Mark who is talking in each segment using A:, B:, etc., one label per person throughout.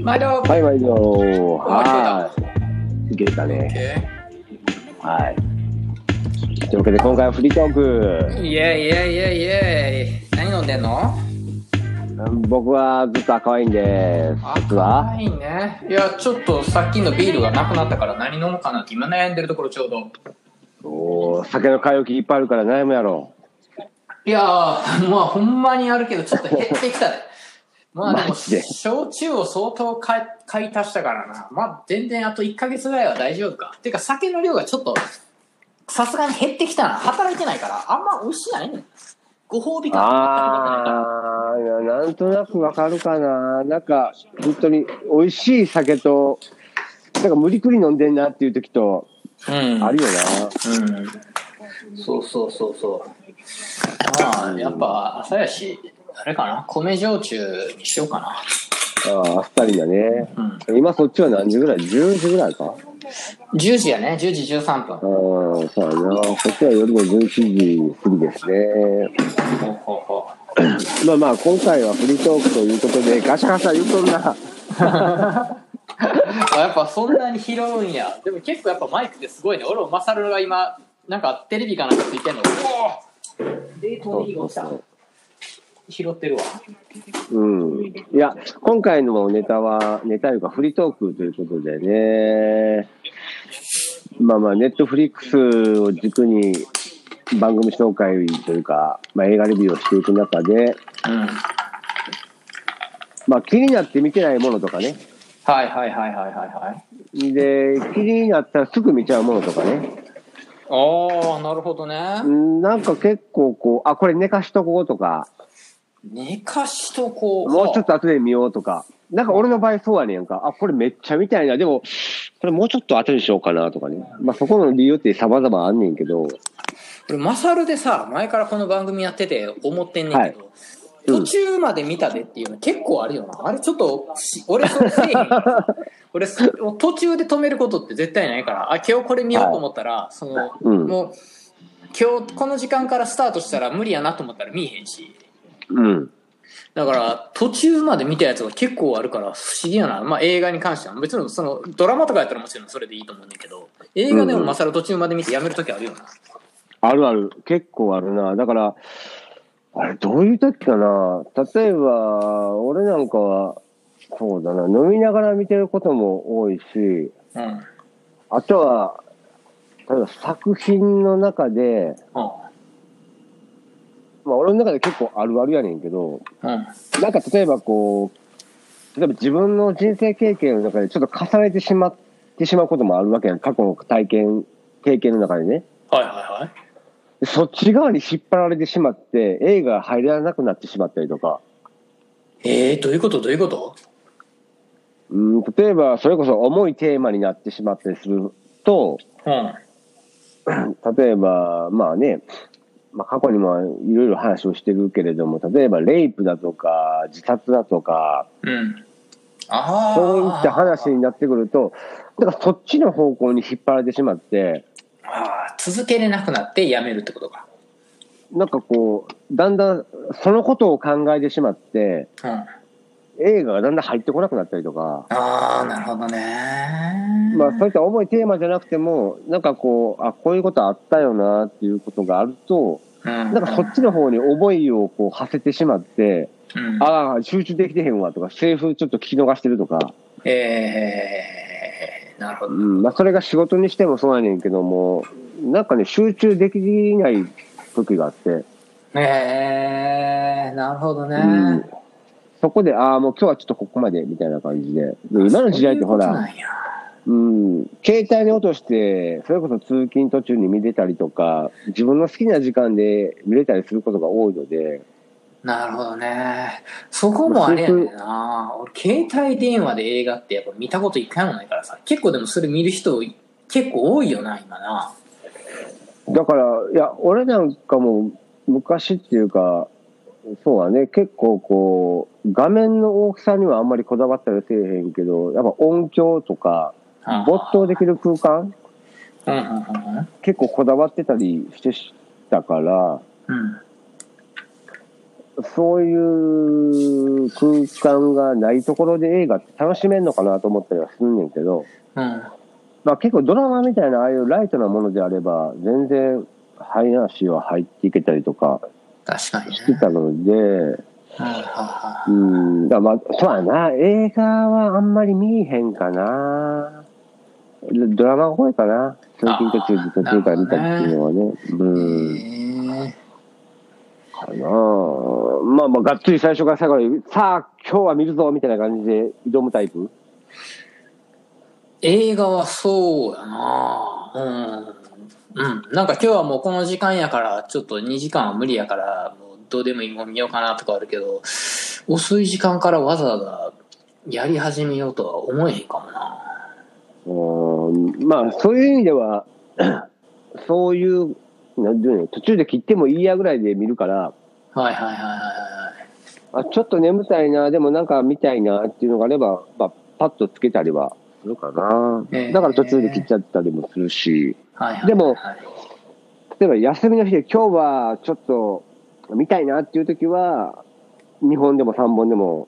A: 毎度
B: はい、毎度。は
A: あ
B: い。いけたね。
A: OK
B: はい。というわけで、今回はフリートーク。
A: イエイイエイイエイイエイ何飲んでんの
B: 僕はずっと赤ワインです。実は
A: 赤いねいやちょっとさっきのビールがなくなったから何飲むかなって今悩んでるところちょうど
B: おー酒の買い置きいっぱいあるから悩むやろ。
A: いやーまあほんまにあるけどちょっと減ってきたねまあでも
B: マジで
A: 焼酎を相当買い買い足したからなまあ全然あと1ヶ月ぐらいは大丈夫かてか酒の量がちょっとさすがに減ってきたな働いてないからあんま美味しないねんご褒美感全く持ってないから
B: あーいや、なんとなくわかるかな。なんか、本当に美味しい酒と、なんか無理くり飲んでんなっていう時と、
A: うん
B: あるよな。
A: うんそうそうそうそう。まあ、やっぱ朝やし、あれかな、米焼酎にしようかな。
B: あーあっさりだね。
A: うん。
B: 今そっちは何時ぐらい ?10 時ぐらいか。
A: 10時やね、10時13分。
B: うん、そうやな。こっちは夜の11時過ぎですね。
A: ほうほうほう
B: まあまあ、今回はフリートークということで、ガシャガシャ言うとんな。
A: あやっぱそんなに拾うんや。でも結構やっぱマイクですごいね。俺もマサルが今、なんかテレビかなんかついてんの。おお冷凍に落ちた。拾ってるわ。
B: うん。いや、今回のネタは、ネタというかフリートークということでね。まあまあ、ネットフリックスを軸に番組紹介というか、まあ映画レビューをしていく中で、
A: うん。
B: まあ気になって見てないものとかね。
A: はいはいはいはいはいはい。
B: で、気になったらすぐ見ちゃうものとかね。
A: ああ、なるほどね。
B: うんなんか結構こう、あ、これ寝かしとこうとか、
A: 寝かしとこう。
B: もうちょっと後で見ようとか、なんか俺の場合そうやねんか、あ、これめっちゃ見たいな、でも、これもうちょっと後にしようかなとかね。まあそこの理由って様々あんねんけど、
A: 俺マサルでさ前からこの番組やってて思ってんねんけど、
B: うん
A: 途中まで見たでっていうの結構あるよなあれちょっとし俺それせえへ ん俺そ途中で止めることって絶対ないからあ今日これ見ようと思ったら、その、
B: うん
A: もう今日この時間からスタートしたら無理やなと思ったら見えへんし
B: うん。
A: だから途中まで見たやつが結構あるから不思議やな、まあ、映画に関しては別にそのドラマとかやったらもちろんそれでいいと思うんだけど映画で
B: うん
A: も
B: うん
A: マサル途中まで見てやめる時あるよな、
B: あるある。結構あるな。だから、あれどういう時かな。例えば、俺なんかは、そうだな、飲みながら見てることも多いし、
A: うんうん
B: あとは、例えば作品の中で、まあ俺の中で結構あるあるやねんけど、
A: うん
B: なんか例えばこう、例えば自分の人生経験の中でちょっと重ねてしまってしまうこともあるわけやん。過去の体験、経験の中でね。
A: はいはいはい。
B: でそっち側に引っ張られてしまって、映画が入らなくなってしまったりとか。
A: えー、どういうことどういうこと
B: うん、例えばそれこそ重いテーマになってしまったりすると、
A: うん。
B: 例えば、まあね、まあ、過去にもいろいろ話をしてるけれども、例えばレイプだとか、自殺だとか、
A: うん。ああ。
B: そういった話になってくると、だからそっちの方向に引っ張られてしまって、
A: あー続けれなくなってやめるってことか。
B: なんかこう、だんだんそのことを考えてしまって、
A: うん。あ
B: 映画がだんだん入ってこなくなったりとか、
A: あー、なるほどね。
B: まあそういった重いテーマじゃなくても、なんかこう、あ、こういうことあったよなっていうことがあると、
A: うん、
B: なんかそっちの方に思いをこう馳せてしまって、
A: うん、
B: ああ、集中できてへんわとか、セリフちょっと聞き逃してるとか、
A: えー、なるほ
B: う
A: ど。
B: ん、まあそれが仕事にしてもそうやねんけども、なんかね、集中できない時があって、
A: えー、なるほどね。
B: うんそこで、ああ、もう今日はちょっとここまでみたいな感じで、で今の時代ってほ
A: そういうことな
B: ら、
A: んや
B: うん、携帯に落として、それこそ通勤途中に見れたりとか、自分の好きな時間で見れたりすることが多いので、
A: なるほどね。そこもあれやねんな。俺、携帯電話で映画ってやっぱ見たこと一回もないからさ。結構でもそれ見る人結構多いよな、今な。
B: だから、いや、俺なんかも昔っていうか、そうはね、結構こう、画面の大きさにはあんまりこだわったりせえへんけど、やっぱ音響とか、没頭できる空間、
A: うんうんうんうん
B: 結構こだわってたりしてしたから、
A: うん
B: そういう空間がないところで映画って楽しめんのかなと思ったりはすんねんけど、
A: うん。
B: まあ、結構ドラマみたいなああいうライトなものであれば全然話は入っていけたりとか
A: 確かにね。
B: してたので、
A: はいはいは
B: うん、だからまあ、そうやな、映画はあんまり見えへんかな。ドラマが多いかな。通勤途中、
A: あー
B: 自途中から見たりっていうのはね。うん。
A: い。へえ。
B: かなまあまあ、がっつり最初から最後まで、さあ、今日は見るぞみたいな感じで挑むタイプ
A: 映画はそうやなうん。うん。なんか今日はもうこの時間やから、ちょっと2時間は無理やから、もうどうでもいいもん見ようかなとかあるけど、遅い時間からわざわざやり始めようとは思えへんかもな。
B: うん。まあ、そういう意味では、 そういう、なんていうの、途中で切ってもいいやぐらいで見るから、
A: はいはいはいはいはい。
B: あちょっと眠たいな、でもなんか見たいなっていうのがあれば、まあ、パッとつけたりはするかな、
A: ええ
B: だから途中で切っちゃったりもするし、
A: はいはいはいはい
B: でも例えば休みの日で今日はちょっと見たいなっていう時は、2本でも3本でも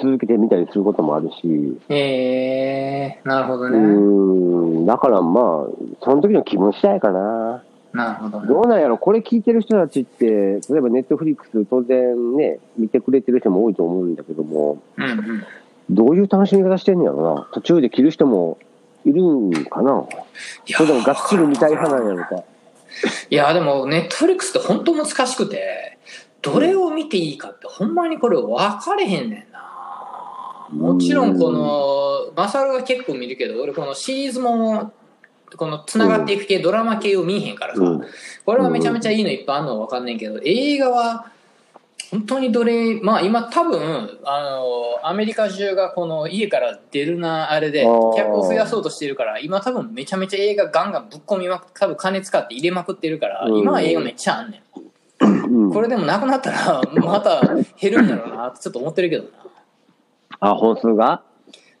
B: 続けて見たりすることもあるし、
A: えー、なるほど
B: う
A: ね。
B: ーん、だからまあ、その時の気持ちだいかな。
A: なるほどね。
B: どうなんやろ、これ聞いてる人たちって、例えばネットフリックス当然ね、見てくれてる人も多いと思うんだけども、
A: うんうん。
B: どういう楽しみ方してんのやろな。途中で着る人もいるんかな。
A: いや
B: それともがっつり見たい派なんやろか。
A: いやでもネットフリックスって本当難しくてどれを見ていいかってほんまにこれ分かれへんねんなもちろんこのマサルは結構見るけど俺このシリーズもこのつながっていく系、ドラマ系を見えへんからさ、
B: うん
A: これはめちゃめちゃいいのいっぱいあるのは分かんねんけど映画は本当にどれまあ今多分あのアメリカ中がこの家から出るなあれで
B: あー
A: 客を増やそうとしてるから今多分めちゃめちゃ映画ガンガンぶっ込みまく多分金使って入れまくってるから
B: うん
A: 今は映画めっちゃあんね
B: うん
A: んこれでもなくなったらまた減るんだろうなってちょっと思ってるけどな
B: あ、本数が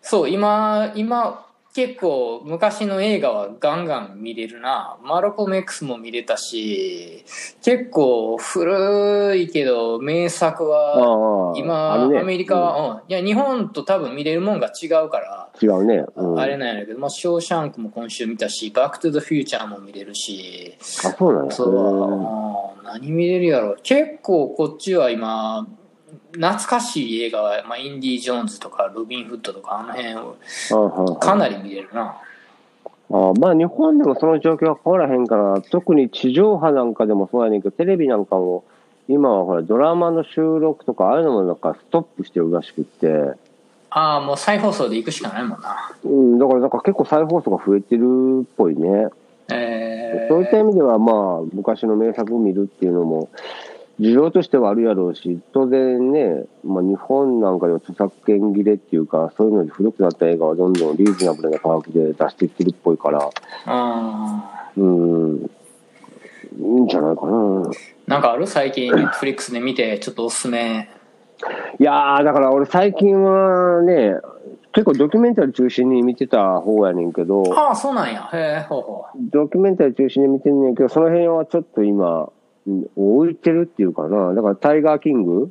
A: そう今今結構昔の映画はガンガン見れるなマロコム X も見れたし結構古いけど名作
B: あ
A: は
B: あ
A: 今
B: あ
A: ア
B: るね
A: メリカは、うんいや日本と多分見れるもんが違うから、
B: うん違うね。うん、
A: あれなんやけど、まあ、ショーシャンクも今週見たしバック・トゥ・ザ・フューチャーも見れるし
B: あ、そうなんや。
A: そう、何見れるやろ結構こっちは今懐かしい映画は、まあ、インディ・ージョーンズとかロビン・フッドとかあの辺を
B: あ
A: かなり見れるな。
B: あまあ日本でもその状況は変わらへんから、特に地上波なんかでもそうやねんけど、テレビなんかも、今はほら、ドラマの収録とか、ああいうのもなんかストップしてるらしくって、
A: ああ、もう再放送で行くしかないもんな。
B: うん、だからなんか結構再放送が増えてるっぽいね。
A: えー、
B: そういった意味では、まあ、昔の名作を見るっていうのも、需要としてはあるやろうし、当然ね、まあ、日本なんかでは著作権切れっていうか、そういうので古くなった映画はどんどんリーズナブルな価格で出してきてるっぽいから、
A: うん。
B: うん、いいんじゃないかな。
A: なんかある最近、ネットフリックスで見て、ちょっとおすすめ。
B: いやー、だから俺最近はね、結構ドキュメンタリー中心に見てた方やねんけど、
A: ああ、そうなんや。へえ、ほうほ
B: ドキュメンタリー中心に見てんねんけど、その辺はちょっと今、うん置いてるっていうかな。だからタイガーキング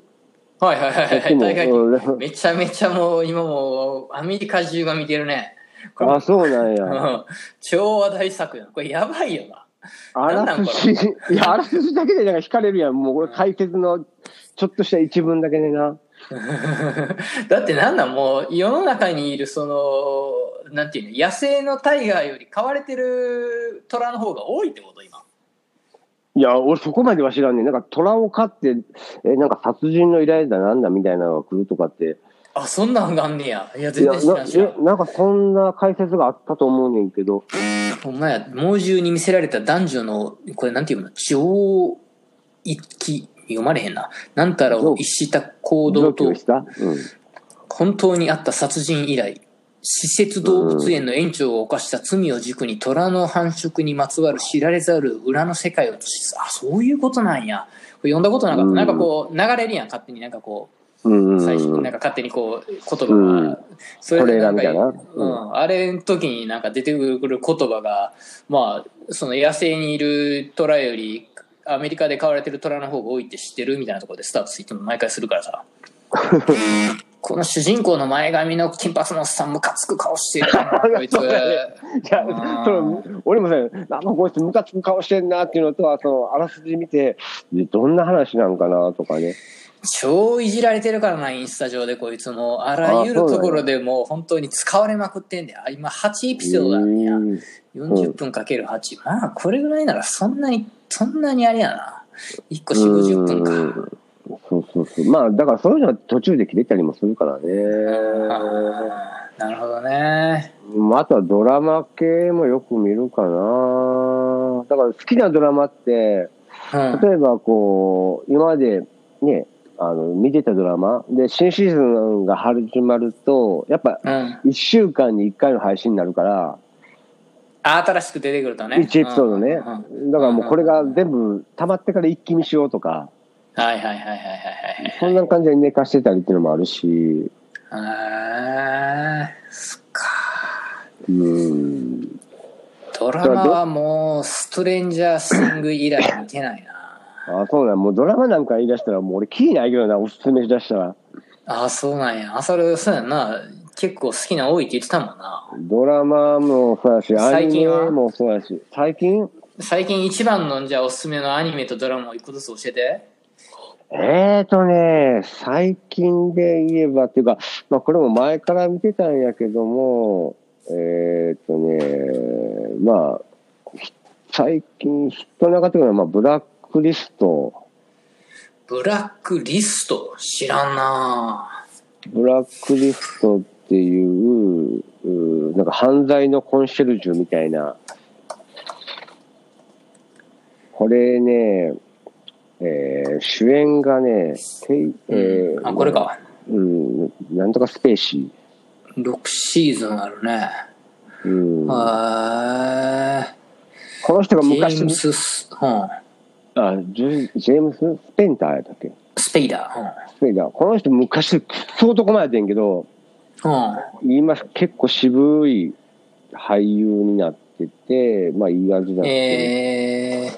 A: う。はいはいはいはい。
B: も
A: 大会
B: うん
A: めちゃめちゃもう、今もう、アメリカ中が見てるね。これ
B: あ、そうなん や。
A: うん超話題作やん。これやばいよな。
B: あ
A: なんな
B: ら
A: んこ
B: すじ、いや、あらすじだけでなんか惹かれるやん。もうこれ解説のちょっとした一文だけでな。
A: だってなんなんもう世の中にいるそのなんていうの野生のタイガーより飼われてる虎の方が多いってこと今
B: いや、俺そこまでは知らんねん。なんか虎を飼って、え、なんか殺人の依頼だなんだみたいなのが来るとかって。
A: あそんなんがあんねやいや
B: い
A: 全
B: や、
A: 然知ら
B: なん
A: 知らん
B: えなんかそんな解説があったと思うねんけど。
A: ほんまや猛獣に見せられた男女のこれなんていうの情一気読まれへんななんたらを逸した行動
B: 上
A: と
B: 級したうん。
A: 本当にあった殺人以来施設動物園の園長を犯した罪を軸に虎の繁殖にまつわる知られざる裏の世界を知すあそういうことなんやこれ読んだことなかった、
B: うん
A: なんかこう流れるやん勝手になんかこ
B: うんうん
A: う最初な
B: う
A: ん
B: ん。
A: か勝手にこう言葉が、
B: うん
A: そでんか
B: トレーラーみたいな
A: う
B: うん
A: ん、あれの時になんか出てくる言葉がまあその野生にいる虎よりアメリカで飼われてる虎の方が多いって知ってるみたいなところでスタートツイートも毎回するから さこの主人公の前髪の金髪のおっさんムカつく顔してるなこ いつ
B: そうだよいや、その俺もさ、なんかこいつムカつく顔してんなっていうのとは、そのあらすじ見て、どんな話なんかなとかね。
A: 超いじられてるからなインスタ上でこいつもあらゆるところでもう本当に使われまくってんだよあ今8エピソードだねや
B: うん
A: 40分かける8まあこれぐらいならそんなにそんなにあれやな1個4 5 0分か
B: うんそうそうそう。まあ、だからそういうのは途中で切れたりもするからね。
A: あーなるほどね
B: またドラマ系もよく見るかな。だから好きなドラマって、
A: うん
B: 例えばこう、今までね、あの、見てたドラマで、新シーズンが始まると、やっぱ
A: うん、
B: 1週間に1回の配信になるから、
A: 新しく出てくるとね
B: 1エピソードね。だ
A: うんうん
B: からもうこれが全部溜まってから一気見しようとか、
A: はいはいはいはいはいはい
B: そんな感じで寝かしてたりっていうのもあるし、
A: あーそっか
B: うん。
A: ドラマはもうストレンジャーシング以来見てないな
B: あ、そうだ、もうドラマなんか言い出したらもう俺キーないけどな、おすすめしだしたら。
A: ああそうなんやあそれそうやんな結構好きな多いって言ってたもんな
B: ドラマもそうだし、ア
A: 最
B: ニ
A: 近は
B: メもそうだし、最近
A: 最近一番のじゃあおすすめのアニメとドラマを一個ずつ教えて
B: えーとね、最近で言えばっていうか、まあこれも前から見てたんやけども、えーとね、まあ、ひ最近ヒットなかったのは、まあブラックリスト、
A: ブラックリスト知らんな
B: ブラックリストっていう、うーなんか犯罪のコンシェルジュみたいな。これね、えー主演がね、ケイえー
A: あこれ。か
B: うん、なんとかスペーシ
A: 6シーズンあるね
B: ー。うん、
A: へ
B: この人が
A: えジェ
B: 昔
A: ームスス、うん、
B: あジェ、ジェームス・スペンターやったっけ
A: スペイダー
B: スペンター。この人昔、くっそ男前やってんけど、
A: うん、うん
B: 今結構渋い俳優になってて、まあいい味だって。
A: え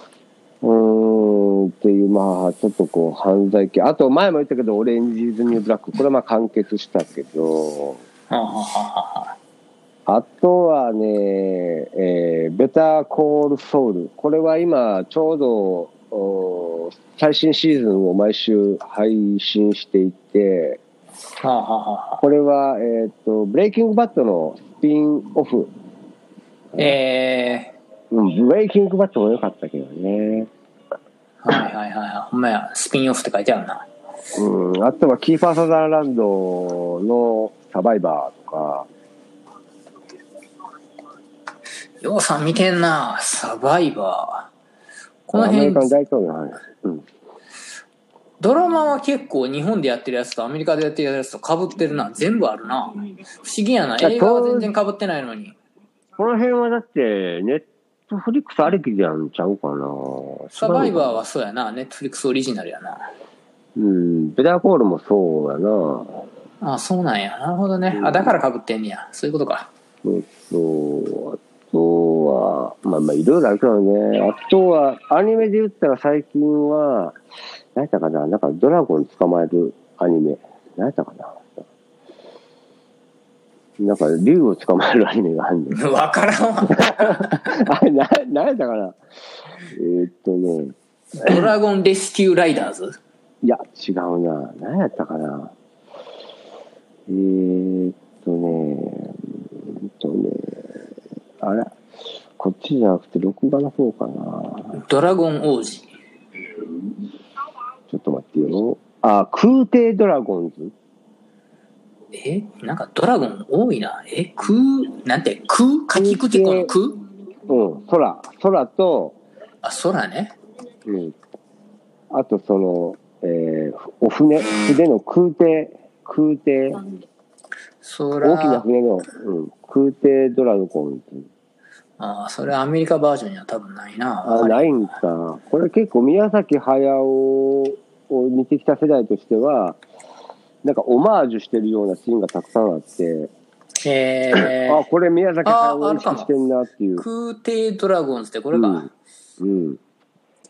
A: ー、
B: うーんっていう、まあ、ちょっとこう、犯罪系。あと、前も言ったけど、オレンジーズ・ニュー・ブラック。これはまあ、完結したけど、
A: はんはんはんはん
B: あとはね、えー、ベター・コール・ソウル。これは今、ちょうど、おー最新シーズンを毎週配信していて、
A: はんはんはんは
B: これは、えっ、と、ブレイキング・バットのスピンオフ。
A: んえ
B: うん、ブレイキング・バットも良かったけど
A: ー、
B: ね。
A: はいはいはいはいほんまやスピンオフって書いてあるな
B: うん、あとはキーファー・サザンランドのサバイバーとか、
A: ようさん見てんなサバイバーこの
B: ア
A: 辺
B: メリカの大統領の話。うん。
A: ドラマは結構日本でやってるやつとアメリカでやってるやつとかぶってるな全部あるな不思議やな
B: や
A: 映画は全然かぶってないのに
B: この辺はだって、ネットフリックスありきでやんちゃうかな。
A: サバイバー
B: ー
A: はそうやなネットフリックスオリジナルやな
B: うん、ベターコールもそうやな。
A: あそうなんやなるほどねあだからかぶってんねやそういうことか
B: えっと、あとは、まあまあいろいろあるけどね。あとは、アニメで言ったら最近は、何やったかななんかドラゴン捕まえるアニメ。何やったかななんか竜を捕まえるアニメがあるん だよ。
A: わからんわ
B: あれ、な、何やったかなえーっとね、
A: ドラゴンレスキューライダーズ
B: いや、違うな。何やったかな。えー、っとね、えーっとね、あれこっちじゃなくて、録画の方かな。
A: ドラゴン王子
B: ちょっと待ってよ。あ、空挺ドラゴンズ
A: えなんかドラゴン多いなえ空なんて空かきくけこの空
B: うん、空。空と、
A: あ空ね
B: うん。あと、その、えー、お船、船の空挺、空挺、
A: 空
B: 大きな船の、うん、空挺ドラゴンズ。
A: あそれアメリカバージョンには多分ないな
B: あ、ないんか。これ結構宮崎駿を見てきた世代としては、なんかオマージュしてるようなシーンがたくさんあって、
A: えー、
B: あ、これ宮崎駿を意識してんなっていう。
A: 空挺ドラゴンズってこれか、
B: うん。うん。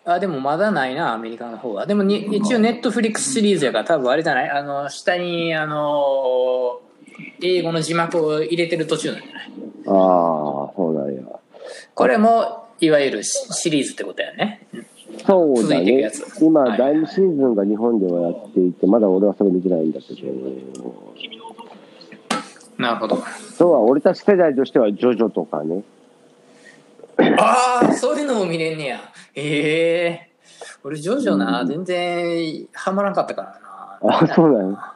A: あ、でもまだないな、アメリカの方は。でもに、一応ネットフリックスシリーズやから、多分あれじゃないあの、下に、あのー英語の字幕を入れてる途中なんじゃない
B: ああ、そうなんや。
A: これも、いわゆるシシリーズってことやね。
B: そうだ
A: 続いていく
B: ね
A: やつ。は
B: 今、
A: い
B: 第2シーズンが日本ではやっていて、まだ俺はそれ見てないんだけど、
A: なるほど。
B: そうは俺たち世代としては、ジョジョとかね。
A: ああ、そういうのも見れんねや。ええ俺、ジョジョな、全然、ハマらんかったからな。
B: あそうなんや。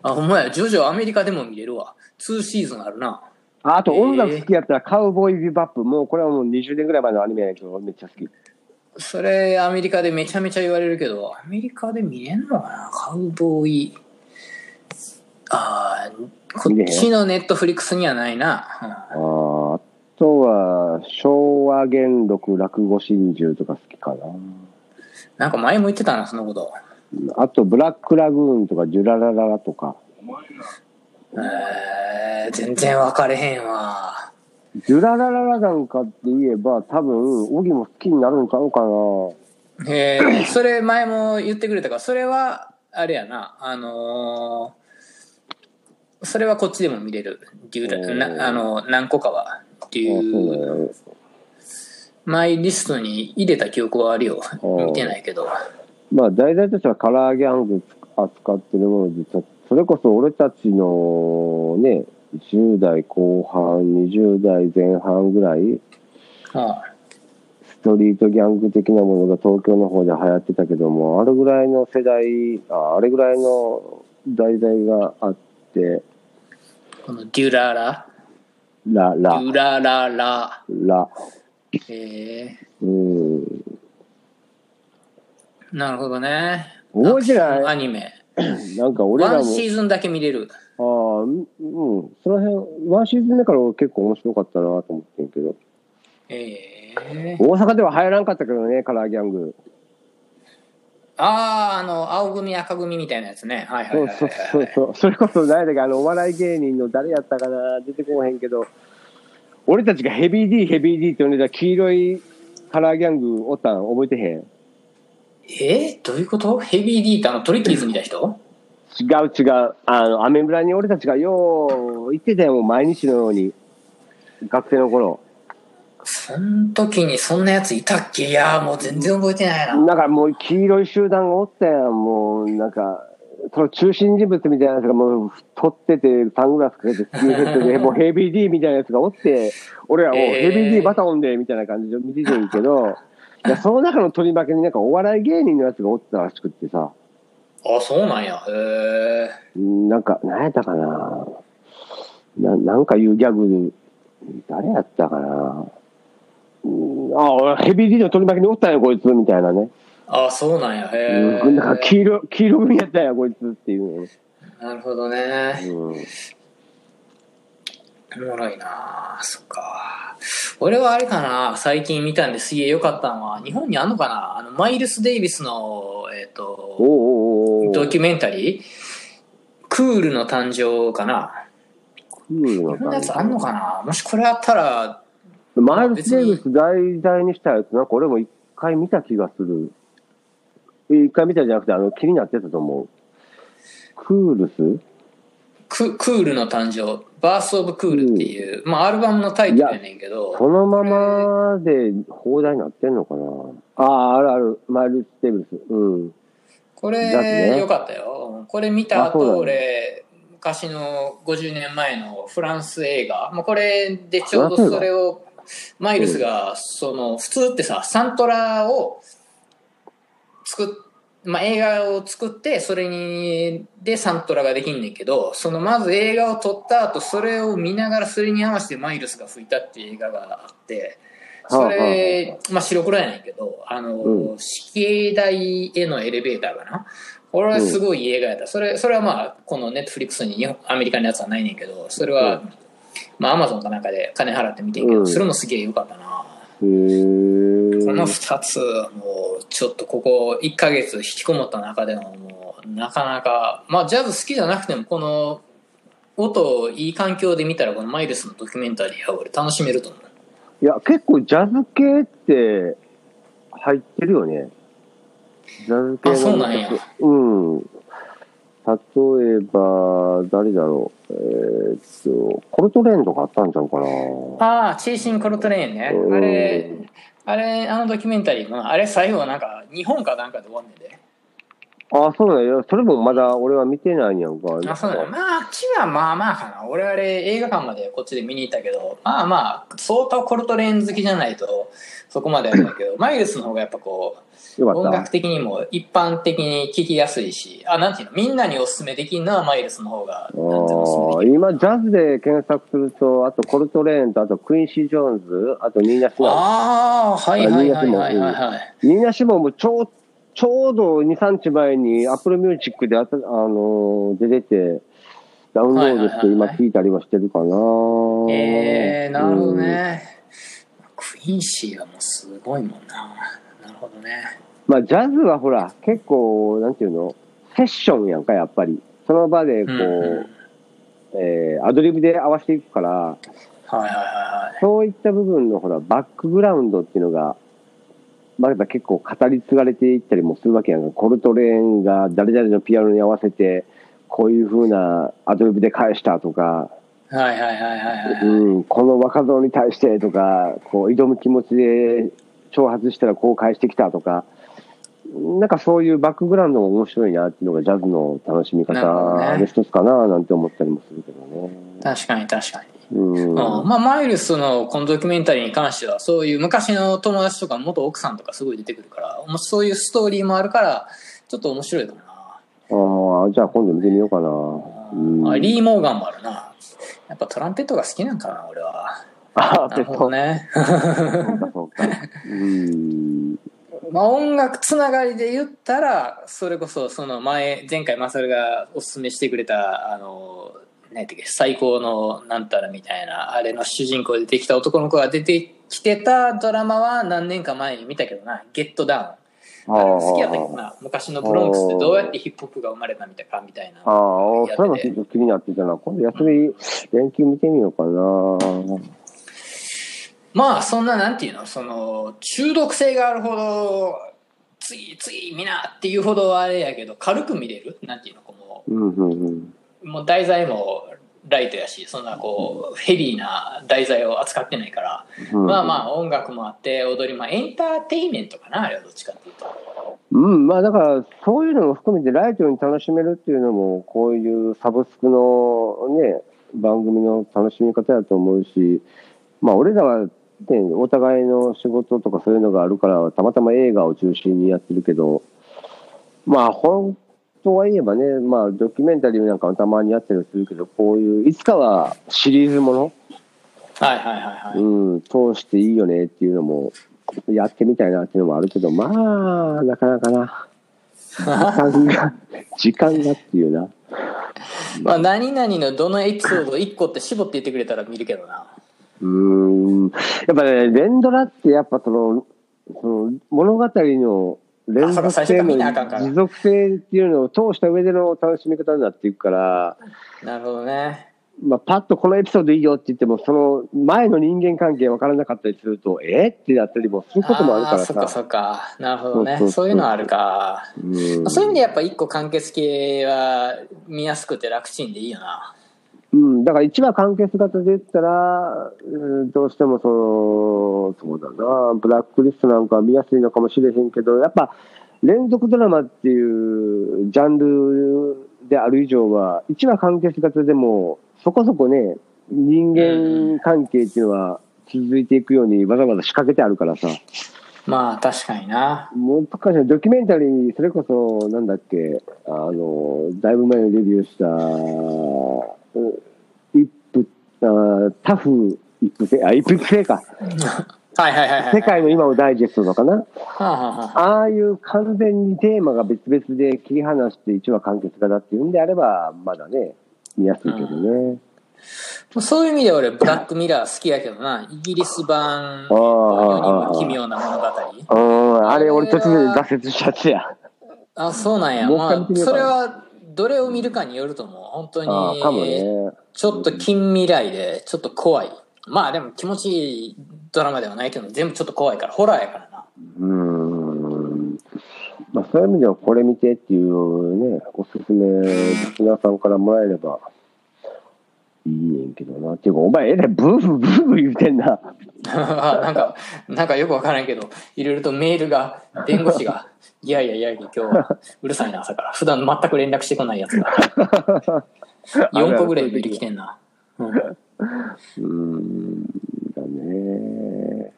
A: あ、ほんまや、ジョジョアメリカでも見れるわ。2シーズンあるな。
B: ああと、音楽好きやったら、カウボーイビバップ。もう、これはもう20年ぐらい前のアニメやけど、俺めっちゃ好き。
A: それ、アメリカでめちゃめちゃ言われるけど、アメリカで見れんのかなカウボーイ。ああ、こ
B: 見れへん
A: っちのネットフリックスにはないな。
B: あーあとは、昭和元禄落語心中とか好きかな。
A: うんなんか前も言ってたな、そのこと。
B: あと、ブラックラグーンとか、ジュララララとか。
A: えー、全然分かれへんわ。
B: ジュララララなんかって言えば、多分、オギも好きになるんちゃうかな。
A: えー、それ前も言ってくれたから、それは、あれやな、あのーそれはこっちでも見れる。っていう
B: おー
A: なあの何個かは。ってい
B: あそう
A: う
B: だよね
A: マイリストに入れた記憶はあるよ。
B: おー
A: 見てないけど。
B: まあ、題材としてはカラーギャング扱ってるもので、ちょそれこそ俺たちのね、10代後半、20代前半ぐらい、
A: う
B: ストリートギャング的なものが東京の方で流行ってたけども、あれぐらいの世代、ああれぐらいの題材があって、
A: ん、このデュララ、
B: ラ、
A: デ
B: ラ、
A: ュラララ、
B: ラ、
A: え
B: うん。
A: ー、なるほどね。
B: 覚えてない
A: アクションアニメ。
B: なんか俺
A: ワ
B: ら
A: ン
B: も、
A: シーズンだけ見れる。
B: ああ、うん、うんその辺、ワンシーズン目から俺結構面白かったなと思ってんけど、
A: えー、
B: 大阪では流行らんかったけどね、カラーギャング。
A: ああ、あの、青組、赤組みたいなやつね。はいはい
B: そ
A: はい、
B: う
A: はい。
B: そうそうそう。 それこそ誰だっけ、あの、お笑い芸人の誰やったかな、出てこへんけど、俺たちがヘビー D、ヘビー D って呼んでた黄色いカラーギャングおったん覚えてへん
A: えー、どういうことヘビーディーターのトリキーズみたいな人
B: 違う違う。あの、アメ村に俺たちがよう行ってたよ、もう毎日のように。学生の頃。
A: そん時にそんなやついたっけいやーもう全然覚えてないな。
B: なんかもう黄色い集団がおったやん、もうなんか、その中心人物みたいなやつがもう太ってて、サングラスかけて、スキンヘッドで、もうヘビー D みたいなやつがおって、俺らもう
A: えー
B: ヘビー D バタオンで、みたいな感じで見ててんけど、いやその中の取り巻きになんかお笑い芸人のやつがおったらしくってさ、
A: あ、そうなんや。えー、
B: うんなんか、なんやったかなななんかいうギャグ、誰やったかなうんあ、俺ヘビー D の取り巻きにおったんや、こいつ、みたいなね。
A: あ、そうなんや。えー
B: うん、なんか黄色、黄色組やったんや、こいつっていうね。
A: なるほどね。
B: うん
A: おもろいなあそっか俺はあれかな最近見たんで水泳良かったのは日本にあんのかなあのマイルス・デイビスのえっ、
B: お
A: と
B: おおお。
A: ドキュメンタリークールの誕生かな
B: クールな
A: こんなや
B: 感じ
A: つあんのかなもしこれあったら
B: マイルス・デイビス題材にしたやつ、なんか俺も一回見た気がする。え一回見たじゃなくて、あの、気になってたと思う。クールス
A: ククールの誕生バース・オブ・クールっていう、まあアルバムのタイトルやねんけど
B: そのままで放題になってんのかなああ、あるある。マイルス・デイビス。うん。
A: こ
B: だって
A: れ
B: ね
A: 良かったよこれ見た
B: あそうだ
A: 後
B: ね
A: 俺昔の50年前のフランス映画、まあ、これでちょうどそれをマイルスがその普通ってさサントラを作っまあ、映画を作ってそれにでサントラができんねんけどそのまず映画を撮った後それを見ながらそれに合わせてマイルスが吹いたっていう映画があってそ
B: はあは
A: れ、まあ、白黒やねんけどあの、
B: う
A: 死刑台へのエレベーターかなこれはすごいいい映画やったそれそれはまあこのネットフリックスに日本アメリカのやつはないねんけどそれは、
B: う
A: まあアマゾンかなんかで金払って見てんけ
B: う
A: ど
B: ん
A: それもすげえよかったな。
B: へえ。
A: この2つはもうちょっとここ1ヶ月引きこもった中でももうなかなかまあジャズ好きじゃなくてもこの音をいい環境で見たらこのマイルスのドキュメンタリーは俺楽しめると思う
B: いや、結構ジャズ系って、入ってるよね。ジャズ系
A: あそうなんや
B: 曲うん。例えば、誰だろう。えーっと、コルトレーンとかあったんちゃうかな。
A: ああ、チェイシン・コルトレーンね。
B: うん
A: あれ、あれ、あのドキュメンタリーの、あれ最後なんか、日本かなんかで終わんねんで。
B: あ、そうなんや。それもまだ俺は見てないんやんか。
A: あ、そうだね。まあ、あっちはまあまあかな。俺あれ、映画館までこっちで見に行ったけど、まあまあ、相当コルトレーン好きじゃないと、そこまでやったけ ど、マイルスの方がやっぱこう、
B: よか
A: 音
B: った
A: 楽。的にも一般的に聴きやすいし、あ、なんていうの、みんなにおすすめできるのはマイルスの方が、なんていうのおすすめ
B: あ
A: で
B: あ今、ジャズで検索すると、あとコルトレーンと、あとクインシー・ジョーンズ、あとニーナ・シ
A: きる。
B: モン。
A: ああ、はいはいはいはいはいはい。
B: ニーナ・シモンもちょうちょうど2、3日前に Apple Music であた、あのー出てて、ダウンロ
A: はいは
B: ードして
A: いはい
B: 今
A: はい
B: 聴いたりはしてるかな。
A: えー、なるほどね。クインシーはもうすごいもんな。なるほどね。
B: うん。まあ、ジャズはほら、結構、なんていうの、セッションやんか、やっぱり。その場で、こう、
A: うんうん
B: えーアドリブで合わせていくから、
A: はいはいはいはい。
B: そういった部分のほら、バックグラウンドっていうのが、まだ結構語り継がれていったりもするわけやんか。コルトレーンが誰々のピアノに合わせて、こういう風なアドリブで返したとか、
A: はいはいはいはいはい。
B: うん、この若造に対してとか、こう挑む気持ちで挑発したらこう返してきたとか、なんかそういうバックグラウンドも面白いなっていうのがジャズの楽しみ
A: なるほど
B: 方
A: ね
B: で一つかななんて思ったりもするけどね。
A: 確かに確かに。
B: うん。
A: うん、まあ、マイルスのこのドキュメンタリーに関しては、そういう昔の友達とか元奥さんとかすごい出てくるから、もうそういうストーリーもあるから、ちょっと面白いかもな。
B: ああ、じゃあ今度見てみようかな。うん
A: あリー・モーガンもあるな。やっぱトランペットが好きなんかな、俺は。
B: ああ、
A: なる
B: ペッ
A: ほ
B: ト
A: ど。ね。
B: そうか、そうか。うん。
A: まあ音楽つながりで言ったら、それこそその前、前回マサルがおすすめしてくれた、あの、何やったっけ、最高のなんたらみたいな、あれの主人公でできた男の子が出てきてたドラマは何年か前に見たけどな、ゲットダウン。あれ好きやったけどな、昔のブロンクスでどうやってヒップホップが生まれたみたいかみたいな。
B: ああ、それもちょっと気になってたな。今度休み、連休見てみようかな。
A: まあそんななんていうのその中毒性があるほど次次見なっていうほどあれやけど軽く見れるなんていうのこ
B: うん、うん、うん。
A: のもう題材もライトやしそんなこうヘビーな題材を扱ってないから、
B: うん
A: まあまあ音楽もあって踊りもエンターテインメントかなあれはどっちかっていうと
B: うん、まあだから、そういうのも含めてライトに楽しめるっていうのも、こういうサブスクのね、番組の楽しみ方だと思うし、まあ俺らは、ね、お互いの仕事とかそういうのがあるから、たまたま映画を中心にやってるけど、まあ本当は言えばね、まあドキュメンタリーなんかもたまにやったりするけど、こういう、いつかはシリーズもの、
A: はいはいはいはい、
B: うん、通していいよねっていうのも、やってみたいなっていうのもあるけど、まあ、なかなかな。時間 が、時間がっていうな。
A: まあ何々のどのエピソード1個って絞って言ってくれたら見るけどな
B: うーん。やっぱね、連ドラってやっぱその、その物語の連
A: あ
B: 続
A: そうか最初か
B: 性
A: ら見
B: の
A: なあかんから
B: 持続性っていうのを通した上での楽しみ方になっていくから、
A: なるほどね
B: まあ、パッとこのエピソードいいよって言っても、その前の人間関係わからなかったりすると、えってなったりもすることもあるか
A: ー
B: ら
A: そっか
B: さ。
A: そっかなるほどね
B: そうそうそう
A: そういうのはあるか
B: うん
A: そういう意味でやっぱ一個完結系は見やすくて楽ちんでいいよな。
B: うん、だから一話完結型で言ったら、うんどうしてもその、そうだな、ブラックリストなんかは見やすいのかもしれへんけど、やっぱ連続ドラマっていうジャンルである以上は、一話完結型でも、そこそこね、人間関係っていうのは続いていくようにわざわざ仕掛けてあるからさ、
A: まあ確かにな。
B: もう昔のドキュメンタリーに、それこそ、なんだっけ、あの、だいぶ前にレビューした、うイップ、あタフ、イップセ、あ、イップセか。
A: はいはいはいはい。
B: 世界の今をダイジェストとかな。
A: はあはあはあ
B: ああいう完全にテーマが別々で切り離して一話完結型っていうんであれば、まだね、見やすいけどね。
A: そういう意味で俺、ブラックミラー好きやけどな。イギリス版、世
B: あ
A: 人
B: あ、あ
A: の
B: あ
A: 奇妙な物語。
B: うん、あれ俺途中で挫折しちゃってや。
A: あ、そうなんや。
B: もう一回見
A: ま
B: て
A: あ、
B: みよう
A: そ
B: か
A: れ
B: な
A: は、どれを見るかによると思う。本当
B: ああ、かもね。
A: に、ちょっと近未来で、ちょっと怖い。まあでも気持ちいいドラマではないけど、全部ちょっと怖いから、ホラーやからな。
B: うーん。まあ、そういう意味では、これ見てっていうね、おすすめ、皆さんからもらえれば、いいねんけどな。っていうか、お前、えらい、ブーブーブーブー言うてんな。
A: なんか、なんかよくわからんけど、いろいろとメールが、弁護士が、 いやいやいや、今日はうるさいな、朝から。普段全く連絡してこないやつが。4個ぐらいビリ来てんな。うん、
B: うーん、だね。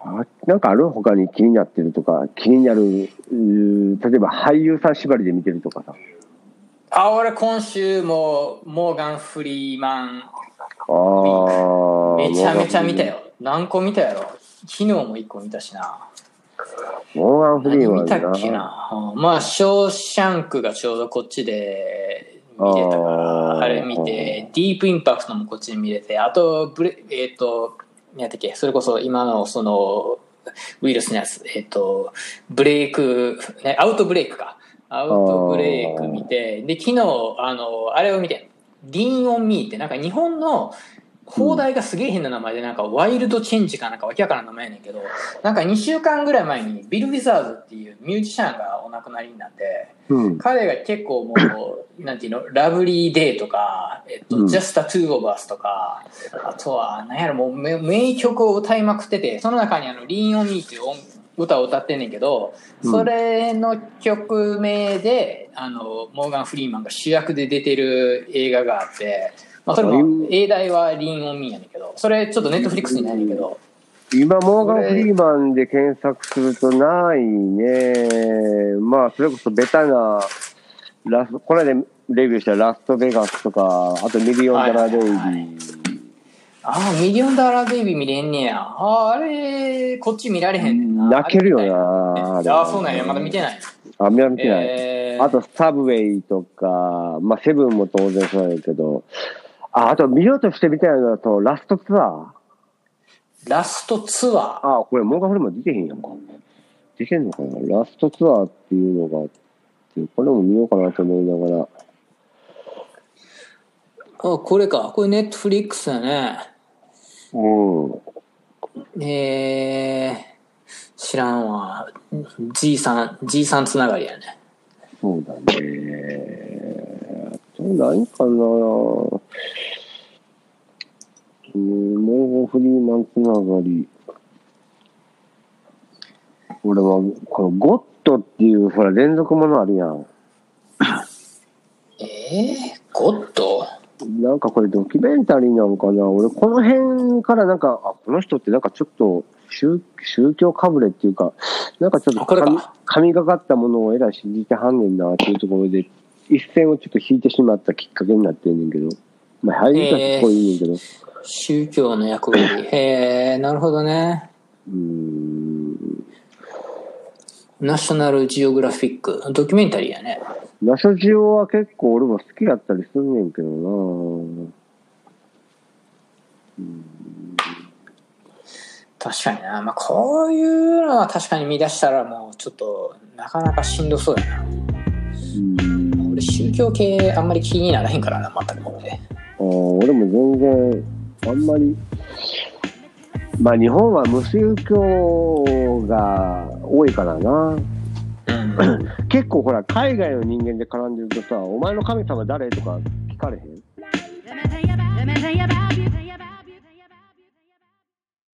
B: あなんかある他に気になってるとか、気になる、うー例えば俳優さん縛りで見てるとかさ。
A: あ、俺今週も、モーガン・フリーマン、
B: ああ。
A: めちゃめちゃ見たよ。何個見たやろ。昨日も1個見たしな。
B: モーガン・フリ
A: 何
B: ーマ
A: 見
B: ン
A: た
B: だ
A: っけ
B: な。
A: な。うんまあ、ショーシャンクがちょうどこっちで見れたか
B: あ
A: ら、
B: ー
A: あれ見て、ディープインパクトもこっちで見れて、あと、ブレ、えっ、と、何やったっけ、それこそ今のその、ウイルスのやつ、えっ、と、ブレイク、ね、アウトブレイクか。アウトブレイク見て、で、昨日、あの、あれを見て、ディーン・オン・ミーって、なんか日本の、放題がすげえ変な名前で、なんかワイルドチェンジかなんかわけわからん名前やねんけど、なんか2週間ぐらい前にビル・ウィザーズっていうミュージシャンがお亡くなりになって、
B: うん。
A: 彼が結構も う、なんていうの、ラブリーデーとか、えっと、
B: うん
A: just the two of us とか、あとは、なんやろ、もうめ名曲を歌いまくってて、その中にあの、リーン・オン・ミーっていう音歌を歌ってんねんけど、
B: うん
A: それの曲名で、あの、モーガン・フリーマンが主役で出てる映画があって、まあ、それも、英題はリーン・オン・ミーやねんけど、それちょっとネットフリックスにないねんけど、
B: 今、モーガン・フリーマンで検索するとないね。まあ、それこそベタな、ラスこの間レビューしたラストベガスとか、あとミリオン・ダラー・デイビ
A: はいはいは
B: ー。
A: ああ、ミリオンダラーベイビー見れんねや。ああ、あれ、こっち見られへんねんな。
B: 泣けるよ
A: あ
B: な
A: れあ、そうなんや。まだ見てない。
B: あ、見は見てない。
A: えー
B: あと、サブウェイとか、まあ、セブンも当然そうやけど、あ、あと、見ようとしてみたいなのだと、ラストツア
A: ラストツアー。
B: ーあ、これ、モーガンフレーマン出てへんやんか。出てんのかなラストツアーっていうのがあって、これも見ようかなと思いながら。
A: あ、これか。これネットフリックスだね。
B: う
A: えー、知らんわ。じいさん、じいさんつながりやね。
B: ん。そうだね。あと、何かなうん、モーガンフリーマンつながり。俺は、このゴッドっていう、ほら、連続ものあるやん。
A: えー、ゴッド
B: なんかこれドキュメンタリーなんかな俺この辺からなんか、あ、この人ってなんかちょっと宗宗教かぶれっていうか、なんかちょっと
A: あこれか
B: 神神がかったものをえらい信じてはんねんなっていうところで、一線をちょっと引いてしまったきっかけになってんねんけど。まあ、俳優たちっぽいねんけど。
A: 宗教の役割。えー、なるほどね。
B: うーん。
A: ナショナルジオグラフィック。ドキュメンタリーやね。
B: ナショジオは結構俺も好きやったりすんねんけどなぁ。
A: 確かにな、まあ、こういうのは確かに見出したらもうちょっとなかなかしんどそうやな
B: うん
A: 俺宗教系あんまり気にならへんからな全くこれ
B: あー俺も全然あんまりまあ日本は無宗教が多いから
A: う
B: な
A: ん
B: 結構ほら海外の人間で絡んでるとさ「お前の神様誰?」とか聞かれへん
C: Let me tell you about, let me tell you about,